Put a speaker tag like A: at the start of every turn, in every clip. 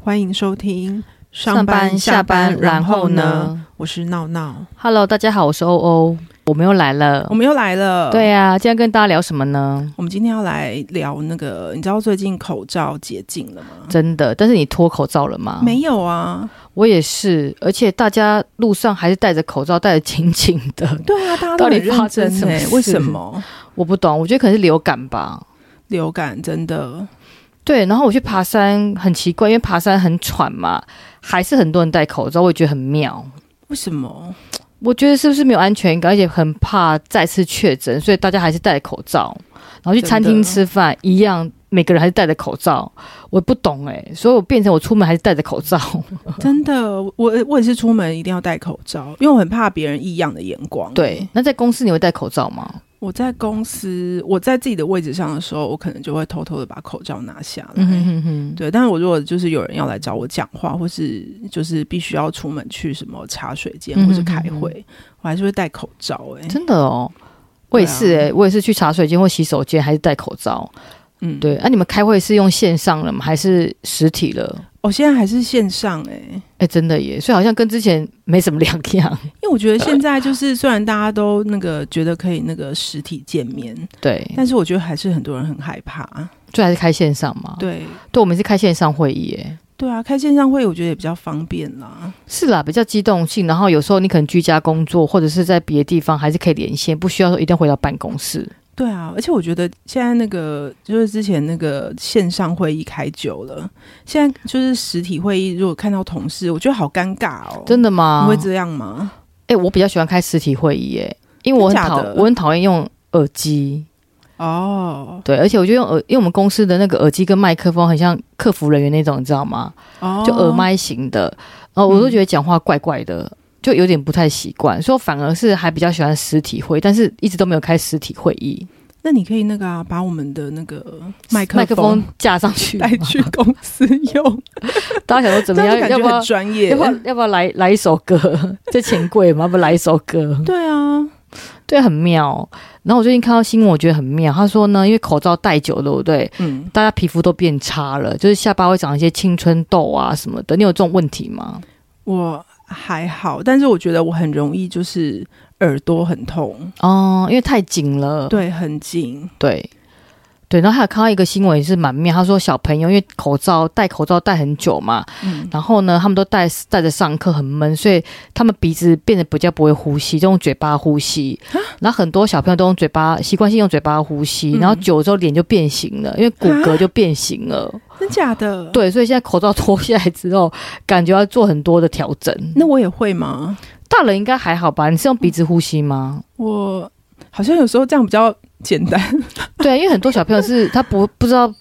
A: 欢迎收听
B: 上班下班，然后？呢嗯
A: 我是闹闹，
B: ？Hello，大家好，我是欧欧，我们又来了
A: 我。们又来了。
B: 对，啊，今天跟大家聊什么呢？
A: 我们今天要来聊那个，你知道最近口罩解禁了吗？
B: 真的，但是你脱口罩了吗？
A: 没有啊，
B: 我也是，而且大家路上还是戴着口罩，戴得紧紧的。
A: 对啊，大家都很
B: 到底
A: 认
B: 发生
A: 真
B: 什么
A: 欸
B: 事
A: 为什么？
B: 我不懂，我觉得可能是流感吧。
A: 流感真的，
B: 对，然后我去爬山，很奇怪，因为爬山很喘嘛，还是很多人戴口罩，我也觉得很妙。
A: 为什么？
B: 我觉得是不是没有安全感，而且很怕再次确诊，所以大家还是戴口罩。然后去餐
A: 真的
B: 厅吃饭一样，每个人还是戴着口罩。我不懂哎、所以我变成我出门还是戴着口罩。
A: 真的，我我也是出门一定要戴口罩，因为我很怕别人异样的眼光。
B: 对，那在公司你会戴口罩吗？
A: 我在公司，我在自己的位置上的时候，我可能就会偷偷的把口罩拿下来。
B: 嗯哼哼哼，
A: 对，但是我如果就是有人要来找我讲话，或是就是必须要出门去什么茶水间
B: 嗯
A: 或是
B: 嗯
A: 开
B: 嗯
A: 会，我还是会戴口罩、欸。哎，
B: 真的哦。我也是
A: 对啊
B: 哎、我也是去茶水间或洗手间还是戴口罩。
A: 嗯，
B: 对，啊那、你们开会是用线上了吗？还是实体了？
A: 我、哦现在还是线上哎、
B: 哎、真的耶，所以好像跟之前没什么两样。
A: 因为我觉得现在就是虽然大家都那个觉得可以那个实体见面，
B: 对，
A: 但是我觉得还是很多人很害怕。
B: 最后还是开线上嘛。，
A: 对
B: 对，我们是开线上会议哎、
A: 对啊，开线上会我觉得也比较方便啦。
B: 是啦，比较机动性，然后有时候你可能居家工作，或者是在别的地方，还是可以连线，不需要说一定要回到办公室。
A: 对啊，而且我觉得现在那个就是之前那个线上会议开久了，现在就是实体会议，如果看到同事，我觉得好尴尬哦。
B: 真的
A: 你
B: 吗？
A: 会这样吗？
B: 哎、我比较喜欢开实体会议、耶，因为我很
A: 真假
B: 讨
A: 的
B: 我很讨厌用耳机，
A: 哦
B: 对，而且我就用耳，因为我们公司的那个耳机跟麦克风很像客服人员那种，你知道吗？
A: 哦，嗯
B: 就耳麦型的，然后我都觉得讲话怪怪的。就有点不太习惯，所以我反而是还比较喜欢实体会，但是一直都没有开实体会议，
A: 那你可以那个啊，把我们的那个麦克
B: 麦克风架上去，
A: 带去公司用，
B: 大家想 说 怎
A: 这
B: 么
A: 样就
B: 样？
A: 感
B: 要不
A: 觉
B: 要
A: 很专业
B: 要 不。要要不要来来一首歌？ 这钱柜嘛，要不来一首歌？
A: 对啊，
B: 对，很妙。然后我最近看到新闻，我觉得很妙。他说呢，因为口罩戴久了，对不对？
A: 嗯，
B: 大家皮肤都变差了，就是下巴会长一些青春痘啊什么的。你有这种问题吗？
A: 我还好，但是我觉得我很容易就是耳朵很痛，
B: 哦，因为太紧了。
A: 对，很紧。
B: 对对然后还有看到一个新闻也是蛮妙，他说小朋友因为口罩戴口罩戴很久嘛，
A: 嗯，
B: 然后呢他们都戴戴着上课很闷，所以他们鼻子变得比较不会呼吸，就用嘴巴呼吸。
A: 啊
B: 然后很多小朋友都用嘴巴习惯性用嘴巴呼吸，
A: 嗯啊
B: 然后久了之后脸就变形了，因为骨骼就变形了。
A: 真假的？，
B: 哦对，所以现在口罩脱下来之后，感觉要做很多的调整。
A: 那我也会吗？
B: 大人应该还好吧？你是用鼻子呼吸吗？
A: 我好像有时候这样比较简单。
B: 对，因为很多小朋友是他不不知道。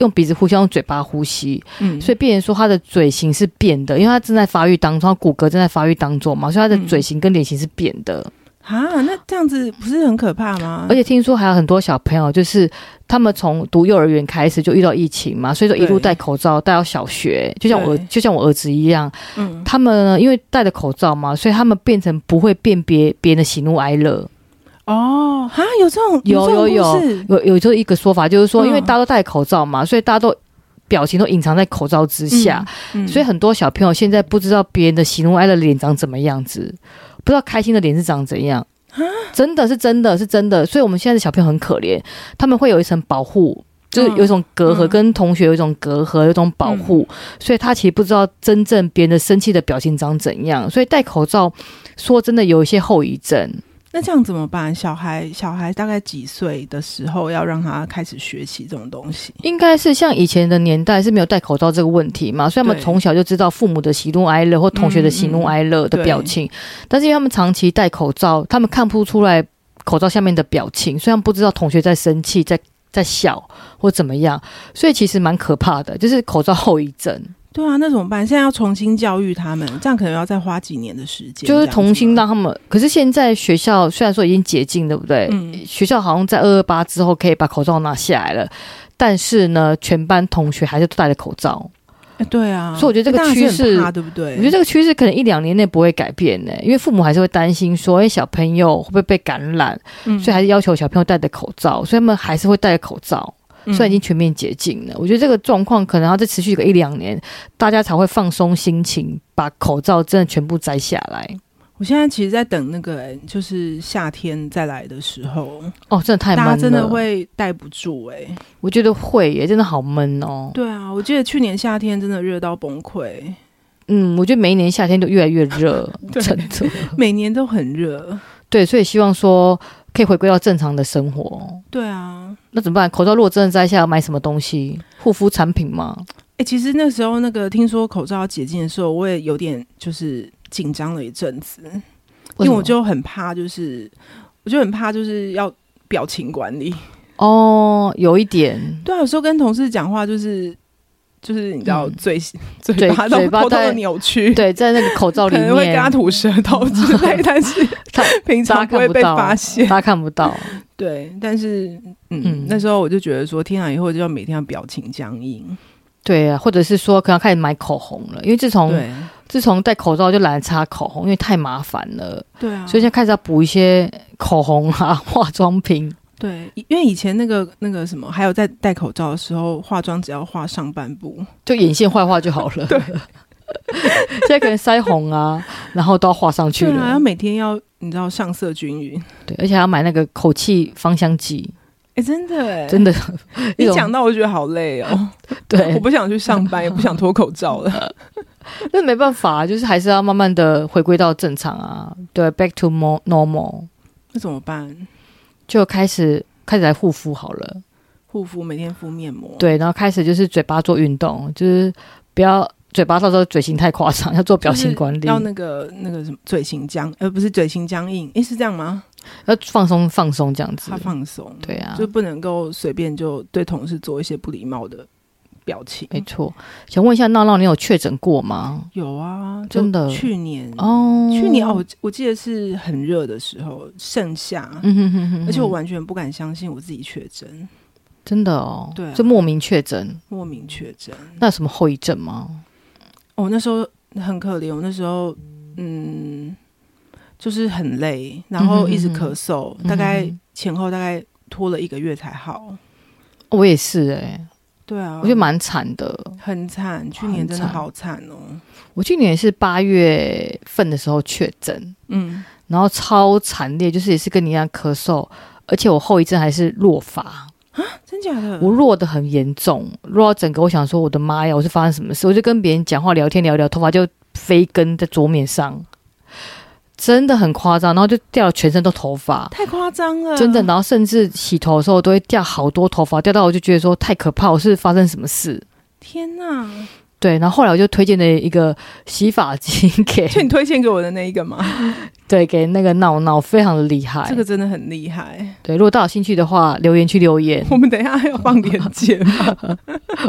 B: 用鼻子呼吸，用嘴巴呼吸，
A: 嗯，
B: 所以变成说他的嘴型是变的，因为他正在发育当中，他骨骼正在发育当中嘛，所以他的
A: 嗯
B: 嘴型跟脸型是变的。
A: 啊，那这样子不是很可怕吗？
B: 而且听说还有很多小朋友，就是他们从读幼儿园开始就遇到疫情嘛，所以说一路
A: 对
B: 戴口罩戴到小学，就像我
A: 对
B: 就像我儿子一样，
A: 嗯，
B: 他们呢因为戴着口罩嘛，所以他们变成不会辨别别人的喜怒哀乐。
A: 哦，啊，有这种有这
B: 有
A: 种
B: 有
A: 故事
B: 有有这一个说法，就是说
A: 嗯
B: 因为大家都戴口罩嘛，所以大家都。表情都隐藏在口罩之下，，
A: 嗯嗯
B: 所以很多小朋友现在不知道别人的喜怒哀乐脸长怎么样子，不知道开心的脸是长怎样，真的是真的是真的。所以我们现在的小朋友很可怜，他们会有一层保护，就是有一种隔阂，
A: 嗯
B: 跟同学有一种隔阂，有一种保护，所以他其实不知道真正别人的生气的表情长怎样。所以戴口罩，说真的有一些后遗症。
A: 那这样怎么办？小孩小孩大概几岁的时候要让他开始学习这种东西？
B: 应该是像以前的年代是没有戴口罩这个问题嘛，所以他们
A: 对嗯
B: 从小就知道父母的喜怒哀乐或同学的喜怒哀
A: 嗯
B: 乐
A: 嗯
B: 的表情，但是因为他们长期戴口罩，他们看不出来口罩下面的表情，虽然不知道同学在生气、在在笑或怎么样，所以其实蛮可怕的，就是口罩后遗 症，
A: 对啊，那怎么办？现在要重新教育他们，这样可能要再花几年的时间。
B: 就是重新
A: 的，
B: 让他们。可是现在学校虽然说已经解禁，对不对？
A: 嗯，
B: 学校好像在二二八之后可以把口罩拿下来了，但是呢，全班同学还是都戴着口罩。
A: 哎对啊，
B: 呃所以我觉得这个
A: 但还是很
B: 趋势
A: 怕对不对？
B: 我觉得这个趋势可能一两年内不会改变呢、因为父母还是会担心说，哎、小朋友会不会被感染，
A: 嗯
B: 所以还是要求小朋友戴着口罩，所以他们还是会戴着口罩。
A: 嗯
B: 虽然已经全面解禁了，我觉得这个状况可能要再持续个一两年，大家才会放松心情，把口罩真的全部摘下来。
A: 我现在其实在等那个、欸就是夏天再来的时候，
B: 哦，真的太
A: 大
B: 闷
A: 家
B: 了，
A: 真的，会待不住哎、
B: 我觉得会耶，真的好闷哦。
A: 对啊，我记得去年夏天真的热到崩溃，，
B: 嗯，我觉得每一年夏天都越来越热
A: 对
B: 真的。
A: 每年都很热。
B: 对，所以希望说可以回归到正常的生活。
A: 对啊，
B: 那怎么办？口罩如果真的摘下，要买什么东西？护肤产品吗？
A: 哎、其实那时候那个听说口罩要解禁的时候，我也有点就是紧张了一阵子，因为
B: 什么
A: 我就很怕，就是我就很怕就是要表情管理。
B: 哦，有 一点
A: 对啊，有时候跟同事讲话就是就是你知道
B: 嗯
A: 嘴、嘴
B: 嘴
A: 巴都
B: 嘴巴
A: 偷偷的
B: 在
A: 扭曲，
B: 对，在那个口罩
A: 可
B: 里
A: 能会跟他
B: 面，
A: 吐舌头之类，但 是
B: 他
A: 平
B: 大家
A: 常不会
B: 看不
A: 被
B: 到，啊
A: 发现。
B: 大家看不到。
A: 对，但是嗯，
B: 嗯
A: 那时候我就觉得说，天啊，以后就要每天要表情僵硬。
B: 对啊，或者是说可能开始买口红了，因为自从
A: 对，
B: 自从戴口罩就懒得擦口红，因为太麻烦了，
A: 对啊，
B: 所以现在开始要补一些口红啊、化妆品。
A: 对，以因为以前那个那个什么，还有在戴口罩的时候，化妆只要画上半部，
B: 就眼线画画就好了。对， 现在可能腮红啊，然后都要画上去
A: 对啊，要
B: 了。
A: 每天要你知道上色均匀。
B: 对，而且还要买那个口气芳香剂，
A: 哎、真的哎、
B: 真的，
A: 你
B: 一种
A: 讲到我觉得好累哦，我
B: 对，
A: 不想去上班，也不 想脱口罩了。
B: 那没办法，就是还是要慢慢的回归到正常啊。对，back to more normal，
A: 那怎么办？
B: 就开始开始来护肤好了。
A: 护肤每天敷面膜，
B: 对，然后开始就是嘴巴做运动，就是不要嘴巴到时候嘴型太夸张，要做表情管理，
A: 要那个那个什么嘴型僵，呃，不是嘴型僵硬，诶、是这样吗？
B: 要放松放松这样子
A: 他。放松，
B: 对啊，
A: 就不能够随便就对同事做一些不礼貌的表情。
B: 没错。想问一下闹闹，你有确诊过吗？
A: 有啊，就
B: 真的
A: 去年，
B: 哦，
A: 去年哦，我我记得是很热的时候，盛夏，
B: 嗯哼哼哼哼，
A: 而且我完全不敢相信我自己确诊，
B: 真的哦，
A: 对啊
B: 就莫名确诊，
A: 莫名确诊。
B: 那有什么后遗症吗？
A: 我、那时候很可怜，我那时候嗯，就是很累，然后一直咳嗽，
B: 嗯
A: 大概
B: 嗯
A: 前后大概拖了一个月才好。
B: 我也是哎、
A: 对啊，
B: 我觉得蛮惨的。
A: 很惨，去年真的
B: 很惨
A: 好惨哦。
B: 我去年也是八月份的时候确诊，
A: 嗯，
B: 然后超惨烈，就是也是跟你一样咳嗽，而且我后遗症还是落发，
A: 真假的？
B: 我落得很严重，落到整个我想说我的妈呀，我是发生什么事？我就跟别人讲话聊天聊一聊，头发就飞根在桌面上，真的很夸张，然后就掉了全身都头发。
A: 太夸张了，
B: 真的，然后甚至洗头的时候都会掉好多头发，掉到我就觉得说太可怕，我是发生什么事？
A: 天哪！
B: 对，然后后来我就推荐了一个洗发精给
A: 就你推荐给我的那一个嘛，
B: 对给那个闹闹，非常的厉害。
A: 这个真的很厉害。。
B: 对，如果大家有兴趣的话，留言区留言
A: 我们等一下还要放链接吗，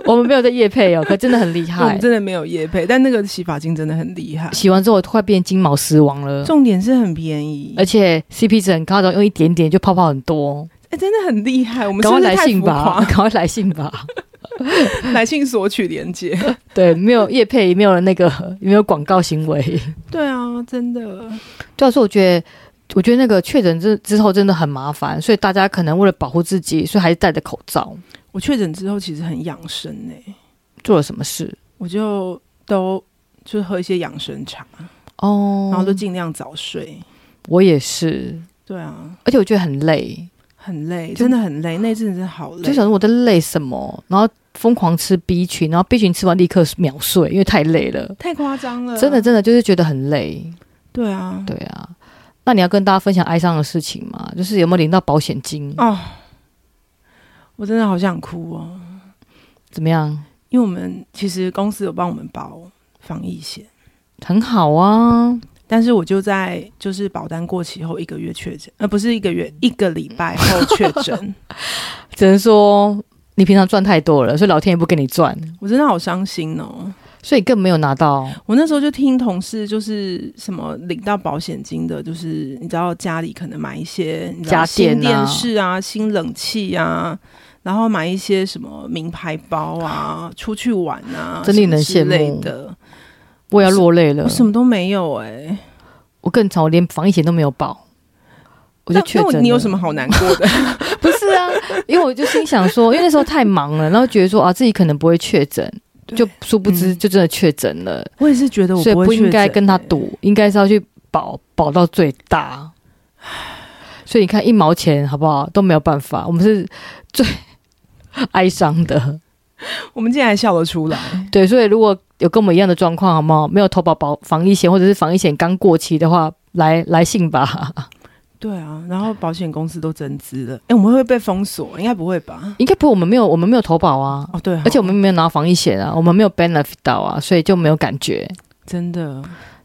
B: 我们没有在夜配哦，可真的很 厉
A: 我们
B: 害。
A: 真的没有夜配，但那个洗发精真的很厉害，
B: 洗完之后快变金毛狮王了，
A: 重点是很便宜，
B: 而且 CP 值很高，然后用一点点就泡泡很多。
A: 哎，真的很厉害。我们是
B: 赶
A: 不
B: 快
A: 是
B: 来
A: 太
B: 信
A: 浮
B: 吧，
A: 夸？
B: 赶快来信吧。
A: 来信索取链 接。
B: 对，没有夜配，没有那个， 没有广告行为。
A: 对啊，真的，
B: 对啊，所以我觉得，我觉得那个确诊之之后真的很麻烦，所以大家可能为了保护自己，所以还是戴着口罩。
A: 我确诊之后其实很养生呢、
B: 做了什么事？
A: 我就都就是喝一些养生茶，
B: 哦，
A: 然后就尽量早睡。
B: 我也是，
A: 对啊，
B: 而且我觉得很累，
A: 很累，真的很累，那阵子真的好累
B: 就。想说我在累什么，然后疯狂吃 B 群，然后 B 群吃完立刻秒睡，因为太累了，
A: 太夸张了，
B: 真的真的就是觉得很累。
A: 对啊，
B: 对啊，那你要跟大家分享哀伤的事情吗？就是有没有领到保险金？
A: 哦，我真的好想哭哦，
B: 怎么样？
A: 因为我们其实公司有帮我们保防疫险，
B: 很好啊，
A: 但是我就在就是保单过期后一个月确诊，呃，不是一个
B: 嗯
A: 月，一个礼拜后确诊，
B: 只能说你平常赚太多了，所以老天也不给你赚，
A: 我真的好伤心哦。
B: 所以更没有拿到。
A: 我那时候就听同事就是什么领到保险金的，就是你知道家里可能买一些你知道
B: 家电
A: 新
B: 啊
A: 电视啊、新冷气啊，然后买一些什么名牌包啊，出去玩啊，
B: 真令人
A: 什么之
B: 羡慕
A: 类的。
B: 我也要落泪了
A: 我，什么都没有哎、
B: 我更惨，我连防疫险都没有保，
A: 我
B: 我就确诊
A: 那
B: 了。
A: 我 你有什么好难过的？
B: 不是啊，因为我就心想说，因为那时候太忙了，然后觉得说啊自己可能不会确诊，
A: 对
B: 就殊不知
A: 嗯
B: 就真的确诊了，
A: 我也是觉得我
B: 所以
A: 会
B: 不应该
A: 确诊
B: 跟他
A: 欸
B: 赌，应该是要去保保到最大。所以你看一毛钱好不好都没有办法，我们是最 哀伤的。
A: 我们竟然笑得出来，
B: 对，所以如果有跟我们一样的状况，好吗？没有投保保防疫险，或者是防疫险刚过期的话，来来信吧，
A: 对啊，然后保险公司都增资了，哎、我们会不会被封锁？应该不会吧？
B: 应该不，我们没有，我们没有投保啊，
A: 哦，对哦，
B: 而且我们没有拿防疫险啊，我们没有 benefit 到啊，所以就没有感觉。
A: 真的，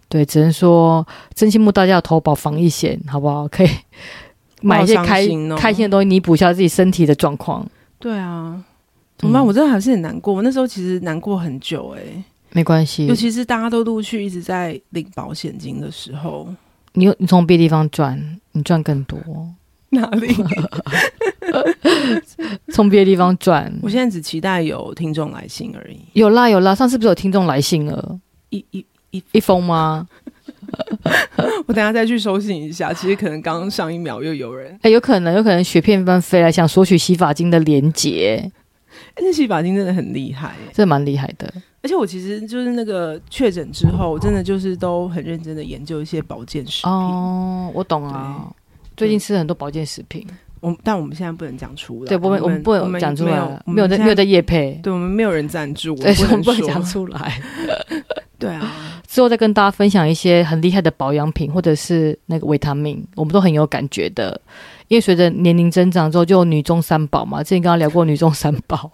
B: 对，只能说真心木大家要投保防疫险，好不好？可以买一些
A: 我好伤
B: 开、
A: 心哦
B: 开心的东西，弥补一下自己身体的状况。
A: 对啊，怎么办？
B: 嗯
A: 我真的还是很难过。我那时候其实难过很久、欸，
B: 没关
A: 哎，
B: 系
A: 尤，其是大家都陆续一直在领保险金的时候，
B: 你有你从别的地方赚，你赚更多，
A: 哪里？
B: 从别的地方赚。
A: 我现在只期待有听众来信而已。
B: 有啦有啦，上次不是有听众来信了
A: 一一，
B: 一封吗？
A: 我等一下再去收信一 下。其实可能刚刚上一秒又有人，
B: 哎、有可能有可能雪片般飞来，想索取洗发精的连结，
A: 哎那洗发精真的很厉害、欸。
B: 这蛮厉害的。
A: 而且我其实就是那个确诊之后，我真的就是都很认真的研究一些保健食品。
B: 哦，我懂啊。最近吃了很多保健食品，
A: 我们但我们现在不能讲出来，
B: 对，不会，
A: 我
B: 我们不能讲出来了，没有在
A: 在
B: 没有在夜配，
A: 对我们没有人赞助，
B: 对，所以我们
A: 不
B: 不
A: 能
B: 能
A: 说
B: 讲。出来。
A: 对啊，
B: 之后再跟大家分享一些很厉害的保养品，或者是那个维他命，我们都很有感觉的。因为随着年龄增长之后，就有女中三宝嘛。之前刚刚聊过女中三宝，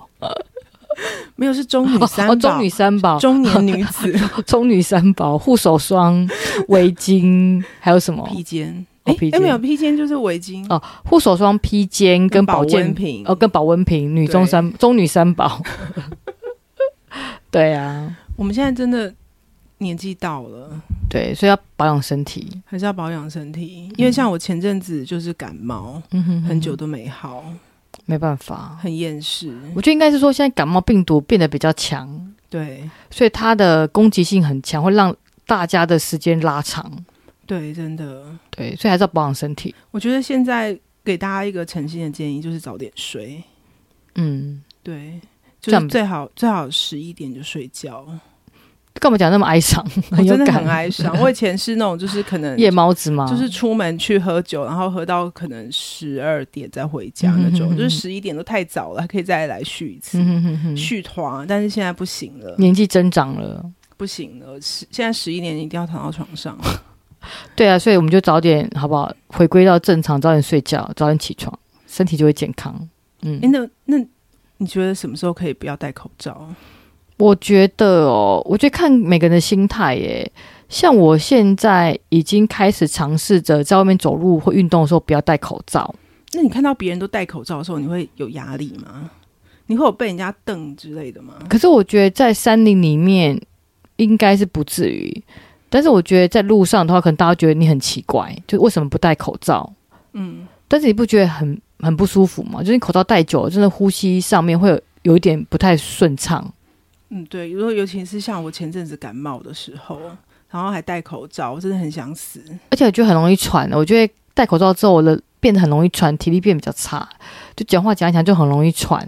A: 没有是中女三
B: 哦，
A: 宝
B: 中女三哦宝，
A: 中年女子
B: 中女三宝，护手霜、围巾，还有什 么？
A: 披肩，
B: 哦
A: 哎
B: 披
A: 哎
B: 肩
A: 没有披肩就是围巾
B: 哦护手霜、披肩跟保健
A: 温瓶
B: 哦，跟保温瓶，女中三中女三 宝。对啊，
A: 我们现在真的年纪到了，
B: 对，所以要保养身体。
A: 还是要保养身体，因为像我前阵子就是感冒，
B: 嗯哼
A: 很久都没好，
B: 没办法，
A: 很厌世。
B: 我觉得应该是说现在感冒病毒变得比较强，
A: 对
B: 所以它的攻击性很强，会让大家的时间拉长。
A: 对，真的，
B: 对，所以还是要保养身体。
A: 我觉得现在给大家一个诚心的建议，就是早点睡。
B: 嗯，
A: 对，
B: 这
A: 就是
B: 样
A: 最好最好十一点就睡觉。
B: 干嘛讲那么哀伤？
A: 我
B: 很有
A: 真的
B: 感
A: 很 哀伤。我以前是那种就是可能
B: 夜猫啊子吗？
A: 就是出门去喝酒，然后喝到可能十二点再回家那种，
B: 嗯哼哼
A: 就是十一点都太早了，还可以再来续一次、
B: 嗯哼哼哼，
A: 续团，但是现在不行了，
B: 年纪增长了。
A: 不行了，十现在十一点一定要躺到床 上。
B: 对啊，所以我们就早点好不好？回归到正常，早点睡觉，早点起床，身体就会健康。嗯，
A: 哎、那那你觉得什么时候可以不要戴口罩？
B: 我觉得哦，我觉得看每个人的心态耶。像我现在已经开始尝试着在外面走路或运动的时候不要戴口罩。
A: 那你看到别人都戴口罩的时候，你会有压力吗？你会有被人家瞪之类的吗？
B: 可是我觉得在山林里面应该是不至于，但是我觉得在路上的话，可能大家觉得你很奇怪，就为什么不戴口罩？
A: 嗯，
B: 但是你不觉得很很不舒服吗？就是你口罩戴久了，真的呼吸上面会有有一点不太顺畅。
A: 嗯，对，如果尤其是像我前阵子感冒的时候，然后还戴口罩，我真的很想死。
B: 而且我觉得很容易喘。我觉得戴口罩之后，我的变得很容易喘，体力变比较差，就讲话讲一讲就很容易喘。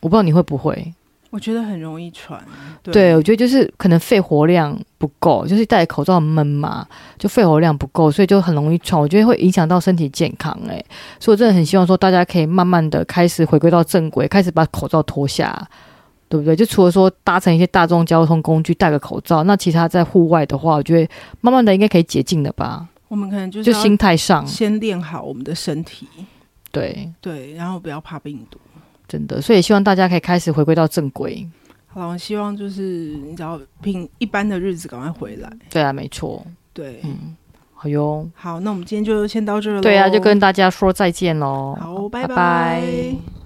B: 我不知道你会不会？
A: 我觉得很容易喘。对，
B: 对，我觉得就是可能肺活量不够，就是戴口罩很闷嘛，就肺活量不够，所以就很容易喘。我觉得会影响到身体健康、欸，所以我真的很希望说大家可以慢慢的开始回归到正轨，开始把口罩脱下，对不对？就除了说搭乘一些大众交通工具戴个口罩，那其他在户外的话，我觉得慢慢的应该可以解禁了吧？
A: 我们可能就是
B: 就
A: 要
B: 心态上，
A: 先练好我们的身体，
B: 对。
A: 对，然后不要怕病毒。
B: 真的，所以希望大家可以开始回归到正轨。
A: 好了，我希望就是你只要拼一般的日子赶快回来。
B: 对啊，没错，
A: 对，
B: 嗯，好哟。啊
A: 好，那我们今天就先到这了。
B: 对啊，就跟大家说再见喽。
A: 好，拜
B: 拜拜